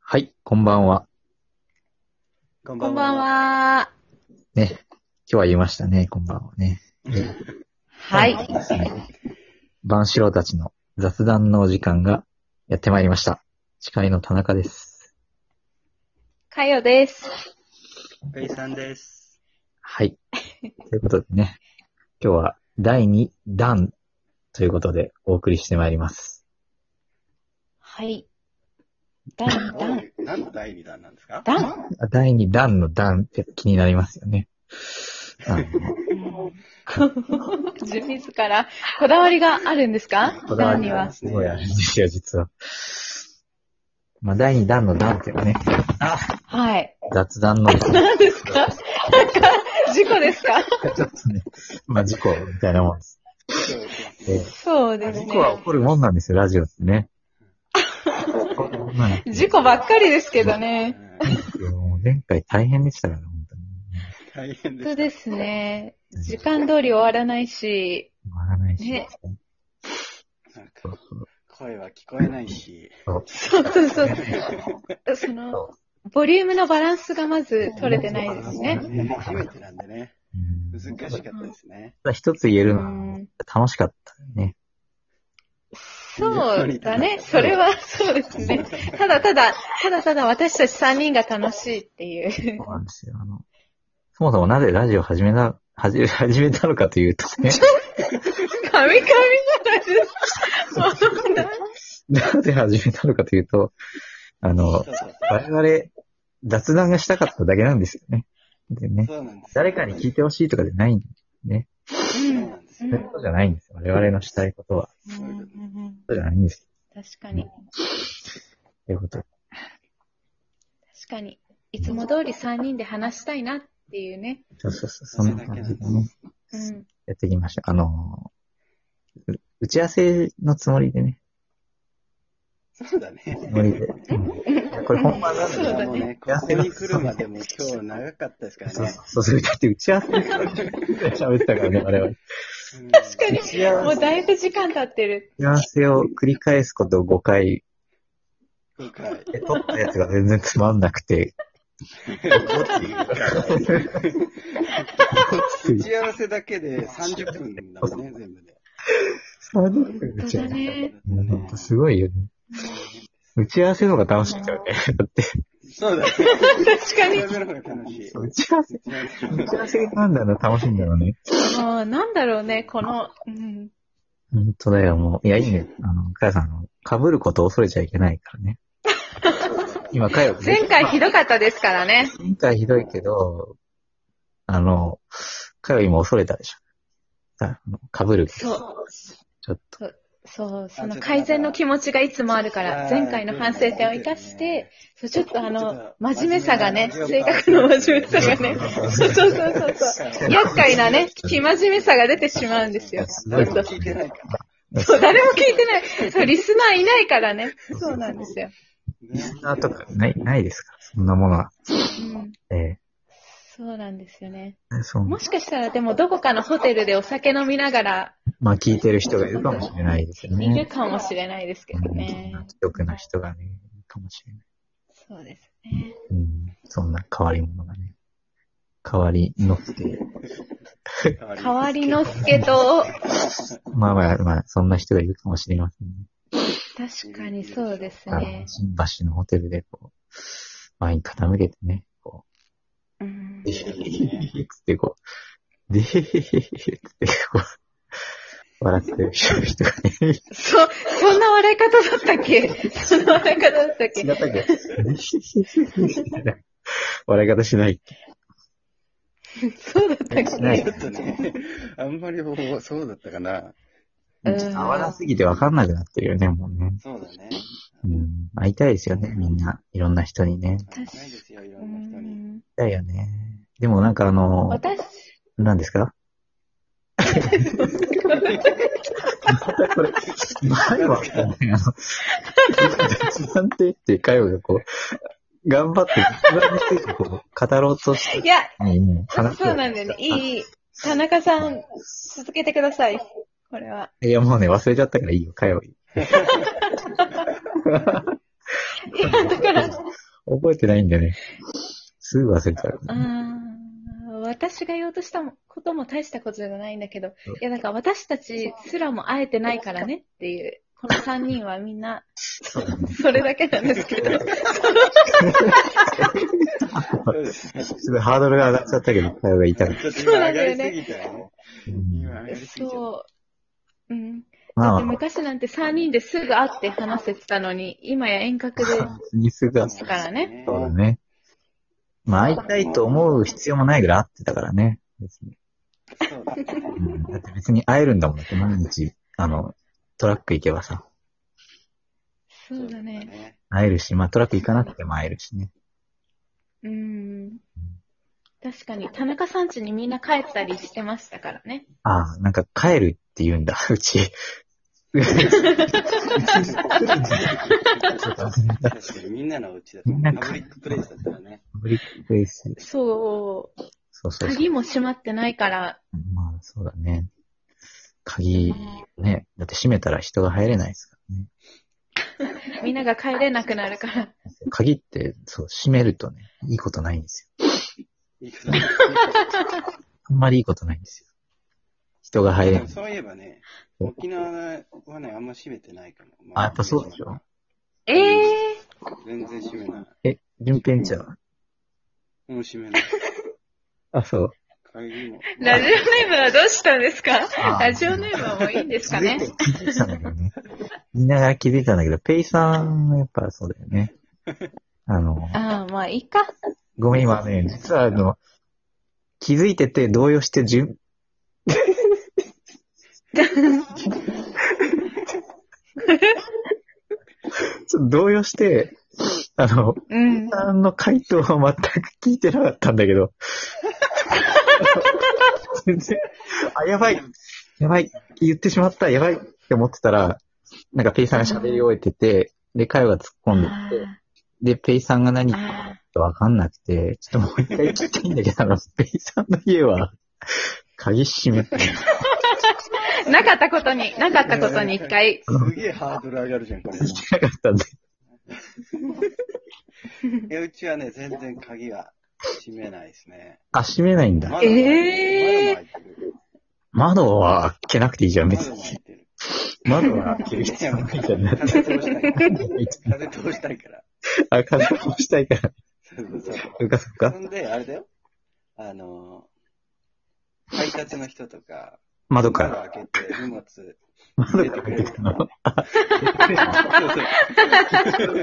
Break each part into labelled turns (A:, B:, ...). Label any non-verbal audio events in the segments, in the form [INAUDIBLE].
A: はい、こんばんは。
B: こ
C: こんばん。は。
A: ね。今日は言いましたね、こんばんはね。
C: はい。
A: 万四郎たちの雑談のお時間がやってまいりました。司会の田中です。
C: かよです。
B: ペイさんです。
A: はい。ということでね、今日は第2弾ということでお送りしてまいります。
C: はい。だんだん。
B: 何の第二弾なんですか
C: だ [LAUGHS]
B: ん
A: あ第2弾の弾って気になりますよね。あの
C: 自らこだわりがあるんですか
A: こだわり
C: に
A: が
C: は。
A: すごいあるんですよ、実は。まあ、第2弾の弾っていうのはね、
C: はい。
A: 雑談の
C: 何ですかなんか、事故ですか
A: ちょっとね、まあ事故みたいなもんです。え
C: そう
A: ー
C: です
A: 事
C: ね
A: 故。は起こるもんなんですよ、ラジオってね。まあ
C: 事故ばっかりですけどね。
A: もう前回大変でしたからね、本当に。
B: 大変
C: 本当
B: です。
C: ですね。時間通り終わらないし、
A: 終わらないし。
C: ね
B: なんか声は聞こえないし。
C: そうそうそう。その、ボリュームのバランスがまず取れてないですね。
B: 初めてなんでね。
A: うん
B: 難しかったですね。
A: ただ一つ言え
C: う
A: るのは、
C: ん
A: 楽しかったね。
C: そうだね。それは、そうですね。ただただ、ただただ私たち3人が楽しいっていう
A: そ。うなんですよ。あの、そもそもなぜラジオ始めな、始 [LAUGHS] め、始めたのかというとね、
C: カミカミじゃないですか。
A: なぜ始めたのかというと、あ
B: そ
A: の
B: う、そう
A: 我々、雑談がしたかっただけなんですよね。でね、
B: そうなんです。
A: 誰かに聞いてほしいとかじゃない
B: そうなんです
A: そういうことじゃないんですよ。我々のしたいことは。
C: うんうんうんうん
A: そうじゃないんですよ。
C: 確かに。
A: ということ。
C: 確かに。いつも通り3人で話したいなっていうね。
A: そうそうそう。そんな感じでね、
C: うん。
A: やってきました。あのーう打ち合わせのつもりでね、
B: そうだね。
A: つもりで。うんこれ本番なん
C: そう
A: で、
C: だね
B: もうね、ここに来るまでも今日長かったですから
A: そう
B: ね。
A: そう、そう、だって打ち合わせで喋ってたからね、我々。打
B: 確
C: 確
A: 打ち合
C: かに、も
A: わ
C: うだいぶ時間経ってる。
A: ち合わせを繰り返すことを5回、
B: 今回。
A: で撮ったやつが全然つまんなくて、
B: 打ち合わせだけで30分だもんね、全部で。
A: 30分打
C: 本
A: ち合
B: [LAUGHS]
C: 当だ
A: わせ。
C: ね。
A: うんほんとすごいよね。打ち合わせの方が楽しいんだよね。だって、
B: そうだね。
C: 確かに。
B: それの方が楽しい。
A: 打ち合わせ、打ち合わせなんだな、楽しいんだろうね。
C: もう、なんだろうね、この、うん。
A: 本当だよ、もう。いや、いいね。あの、かやさん、あの被ることを恐れちゃいけないから
C: [LAUGHS]
A: ね。今、かよ、
C: 前回ひどかったですからね。
A: 前回ひどいけど、あの、かよ今恐れたでしょ。あの被る。
C: そう。
A: ちょっと。
C: そう、その改善の気持ちがいつもあるから、前回の反省点を生かして、、そうちょっとあの、真面目さがね、性格の真面目さがね、そうそうそうそうそう、厄介なね、非真面目さが出てしまうんですよ。
A: すごい
C: 本
A: こと
C: 当
A: だ
B: 聞いてないから。
C: そう、誰も聞いてない。そう、リスナーいないからね。そうなんですよ。
A: リスナーとか、ない、ないですから、そんなものは。
C: うん。
A: え
C: そうなんですよね。
A: えそう、
C: もしかしたらでもどこかのホテルでお酒飲みながら
A: まあ、聞いてる人がいるかもしれないですよ
C: いる
A: ね。
C: かもしれないですけどね。
A: 強くな人がね、いるかもしれない。
C: そうですね。
A: うん、そんな変わり者がね。変わりのって。
C: 代わりの助と、
A: まあまあまあ、そんな人がいるかもしれませんね。
C: 確かにそうです
A: あ
C: ね
A: の、。新橋のホテルでこう、ワイン傾けてね、こ
C: うん
A: う、でへへへへつってこう、でへへへへへつってこう、笑ってる人がね、
C: そ、そんな笑い方だったっけそんな笑い方だったっ
A: 違
C: け
A: ったっけでへへへへみたいな笑い方しない。
C: [LAUGHS] そうだったっけ
A: ない
B: ちょっとね、あんまりもうそうだったかな。
A: ちょっと合わなすぎてわかんなくなってるよね、もうね。
B: そうだね。
A: うん。会いたいですよね、みんな。いろんな人にね。
B: ないですよ、いろ
C: うん
B: な人に。
C: ん
A: だよね。でもなんかあの、
C: 私、
A: 何ですかこれ、前は、ね、あの、雑談ってって、かよがこう、頑張って、雑談についてこう、語ろうとして
C: いや、
A: たのに、もう話を
C: そうなんだよね。いい、いい。田中さん、続けてください。これは。
A: いや、もうね、忘れちゃったからいいよ、かよ。
C: いや、だから、
A: 覚えてないんだよね。すぐ忘れちゃう。
C: ああ、私が言おうとしたことも大したことじゃないんだけど、いや、だから私たちすらも会えてないからねっていう、この3人はみんな、
A: そうだね。
C: それだけなんですけど。
A: ちょっとハードルが上がっちゃったけど、会話が痛くて。
B: ちょっと
C: そう
B: 今
C: な
B: 上が
C: んだよ
B: り
C: ね
B: すぎたよね。
A: うん
B: 今上がりすぎちゃっ
C: そう。うん。だ
A: まあ
C: って、昔なんて3人ですぐ会って話せてたのに、今や遠隔で。
A: にすぐ
B: た。
A: は
C: うからね
A: そうだね。まあ、会いたいと思う必要もないぐらい会ってたからね。別に。
B: そうだ
A: うん、だって別に会えるんだもん。だって毎日、あの、トラック行けばさ、
C: そうだね。。
A: 会えるし、まあトラック行かなくても会えるしね。
C: うん。確かに、田中さん家にみんな帰ったりしてましたからね。
A: ああ、なんか帰るって言うんだ、 [LAUGHS] うち。
B: 確かにみんなのうちだと、
A: みんな
B: パ
A: の
B: ブリックプレイスだったらね。
A: ブリックフェイス。
C: そ
A: そう
C: う。
A: そうそう。
C: 鍵も閉まってないから、
A: まあ、そうだね。鍵、ね。だって閉めたら人が入れないですからね。
C: みんなが帰れなくなるから。
A: 鍵って、そう、閉めるとね、いいことないんですよ。
B: いいかな
A: あんまりいいことないんですよ。人が入れ
B: で
A: な
B: も
A: い。
B: そういえばね、沖縄はね、あんま閉めてないかも。ま
A: あ、やっぱそうでしょ
C: ええ
B: 全然閉めない。
A: え、順平んちは
B: もう閉めない。
A: あ、そう。
B: 鍵も。
C: ー、ラジオネームはどうしたんですか
A: あ
C: ラジオネームはもういいんですかね
A: 気づいてたんだけどね。見ながら気づいたんだけど、ペイさんはやっぱそうだよね。あの、
C: ああ、まあいいか。
A: ごめん、今ね、実はあの、気づいてて動揺して順、ちょっと動揺して、あの、
C: うん。
A: さんの回答を全く聞いてなかったんだけど。全然、 [LAUGHS] あ、やばい、やばい、言ってしまった、やばいって思ってたら、なんかペイさんが喋り終えてて、で、会話突っ込んで
C: あ
A: て、で、ペイさんが何
C: ー
A: 言ってる
C: あ
A: かわかんなくて、ちょっともう一回聞きたいんだけど、あの、 [LAUGHS] ペイさんの家は、鍵閉めて、
C: ー、なかったことに、なかったことに一回。
B: すげえハードル上がるじゃん、これ。
A: なかったんで、
B: え、うちはね、全然鍵は閉めないですね。
A: あ、閉めないんだ。
B: 窓も開い
C: えー
B: てる窓も開い
A: 窓は開
B: てる。
A: けなくていいじゃん、別
B: 窓
A: に
B: も。開
A: 窓は開
B: いてる。
A: ける必要ないじゃ [LAUGHS] ん。
B: 風通したいから。風通したいから。
A: あ、風通したいから。
B: そうそうそう。
A: そうか、そう
B: そ
A: か。
B: んで、あれだよ。あの、配達の人とか、
A: 窓から。
B: 窓開けて荷物、
A: 窓から入ってくの
B: そうそ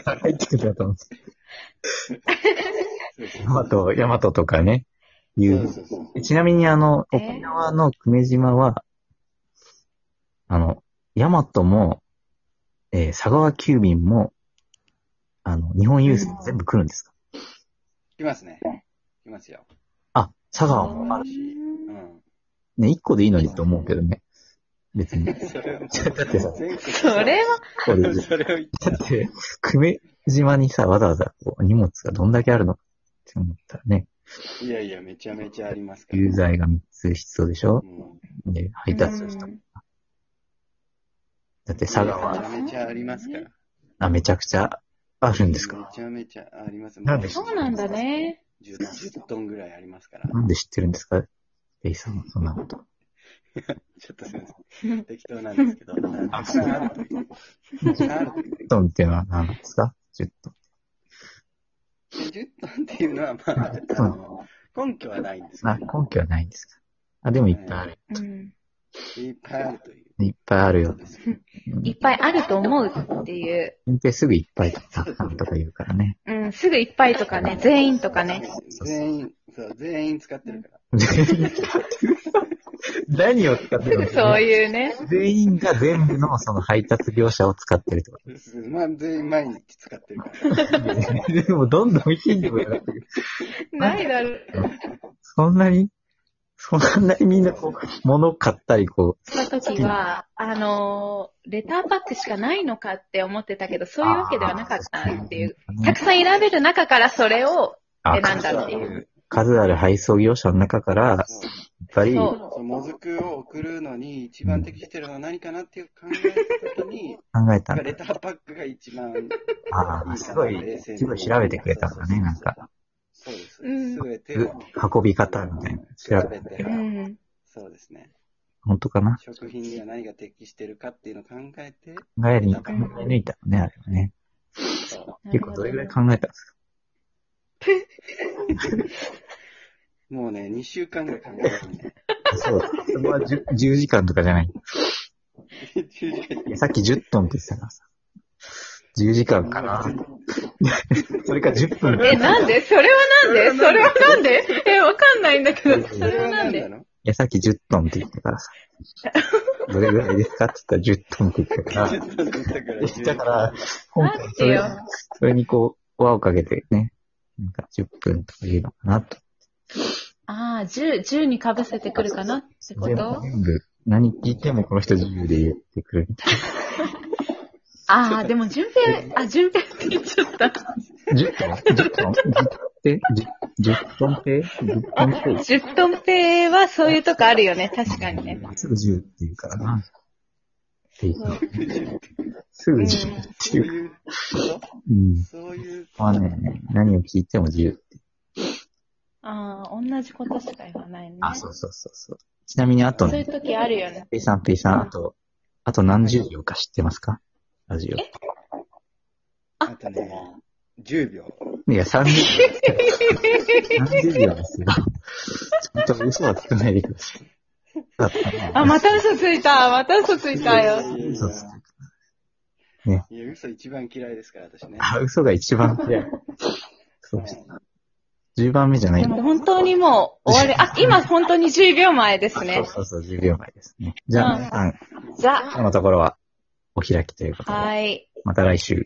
B: う
A: [LAUGHS] 入ってくるだと思って。
B: そうそう
A: ヤマト、ヤマトとかね。いう。
B: そうそう
A: ちなみにあの、
C: えー
A: 沖縄の久米島は、あの、ヤマトも、えー佐川急便も、あの、日本郵政も全部来るんですか、
B: 来ますね。来ますよ。
A: あ、佐川もある。
B: うん。
A: ね、一個でいいのにと思うけどね。別
B: [LAUGHS]
A: に。
B: それはもう
A: だってさ、
B: 全国
C: それは、
A: これ
B: それを言っ
A: だって、久米島にさ、わざわざこう荷物がどんだけあるのって思ったらね、
B: ていやいや、めちゃめちゃありますから。
A: 有罪が3つ必要でしょ
B: うん
A: で、配達の人。
C: うん
A: だって佐川
B: めちゃめちゃありますから。
A: あ、めちゃくちゃあるんですか
B: めちゃめちゃあります。
A: なんで
C: そうなんだ。ね。
B: 10, 10トンぐらいありますから。
A: なんで知ってるんですかベイさんはそんなこと。
B: ちょっとすみません。適当なんです
A: [LAUGHS]
B: けど。たくさんあるという。たくさんあるという。
A: 10トンっていうのは何ですか ?10 トン。
B: 10トンっていうのは、まあ、あの根拠はないんですけ
A: あ、
B: ど、
A: 根拠はないんですかあ、でもいっぱいある。
C: うん。
B: いっぱいあるという。
A: いっぱいある
B: そ
A: よ
B: う。ですね
C: いっぱいあると思うっていう。
A: 運転すぐいっぱいとかたくさんとか言うから
C: [LAUGHS]
A: ね。
C: うん、すぐいっぱいとかね、全員とかね。
B: 全員、そう、全員使ってるから。
A: 何を使っ
C: す
A: てる
C: ぐそ
A: の
C: ういうね。
A: 全員が全部のその配達業者を使って
B: [LAUGHS]
A: るってこ
B: まあ、全員毎日使ってるから。
A: と。でもどんどん頻度が上がってくる。
C: ないだろう。
A: そんなにそんなにみんなこう、物買ったりこう、
C: した時は、あのーレターパックしかないのかって思ってたけど、そういうわけではなかったっていう。たくさん選べる中からそれを
A: あ
C: 選んだっていう。
A: 数ある配送業者の中から、やっぱり、
C: そう
A: 考
B: そのもずくを送るのに一番適してるのは何かなっていう考えたと
A: [LAUGHS]
B: きに、
A: えた
B: やっ
A: ん
B: ぱ
A: だ。
B: レターパックが一番いいか
A: あ
B: な
A: あ、すごい、すごい調べてくれたんだね、なんか。。
B: そうです。
C: うん
B: すべてを
A: 運び方みたいな。調べて
B: う
C: う
A: る。
C: ん。
B: そうですね。
A: 本当かな
B: 食品には何が適してるかっていうのを考えて、
A: 考えに、考え抜いたのね、あれはね。
B: そ
A: 結構どれぐらい
C: か
A: 考えたんですか
B: うもうね、2週間ぐらい考えたね。
A: そう。そこは 10, 10時間とかじゃない。
B: 10時間
A: さっき10トンって言ってたからさ。10時間かな。それか10分
C: え、なんでそれはなんでそれはなんでえ、わかんないんだけど、それはなんで
B: なの
A: いや、さっき10トンって言ったから
C: [LAUGHS]
A: さ。どれぐらいですかって言ったら10トンって言ったから。だから、今回それ
C: 待って、
A: それにこう、輪をかけてね、なんか10分とか言うのかなと。
C: ああ、10、10に被せてくるかなってこ
A: 全部
C: と、
A: 全部何聞いてもこの人自由で言ってくるみたい
C: ああ、でも、順平、あ、順平って言っちゃった。
A: な。10トン ?10 トン ?10 トンって、10 10トンって、10トンって、
C: 10トンペイはそういうとこあるよね、確かにね。
A: すぐ10って言うからな。っていう
C: そう
A: すぐ
C: うん
A: 10って
B: そ
A: いうう。
B: いうこと
A: うん。
B: そういう
A: まあね、何を聞いても自由。
C: ああ、同じことしか言わないね。
A: あ、そうそうそうそう。ちなみにあと
C: そう
A: ね
C: いう、時あるよね。
A: ペイさん、ペイさん、あと、あと何十秒か知ってますかラジ
B: あとね、10秒。
A: オ。いや、30秒です。30秒ですよ。ちょっと嘘はつかないでください。だったね
C: [LAUGHS] あ、また嘘ついた。また嘘ついたよ。
B: いやいやい
A: 嘘つく
B: やいや、嘘一番嫌いですから、私ね。
A: あ、嘘が一番早い。そうです。10番目じゃない
C: でも本当にもう終わり。あ、今本当に10秒前です
A: そ
C: ね
A: う。そうそう、10秒前ですね。じゃあ、
C: うん
A: 皆さん、
C: ザ。
A: 今日のところはお開きということで、
C: はい。
A: また来週。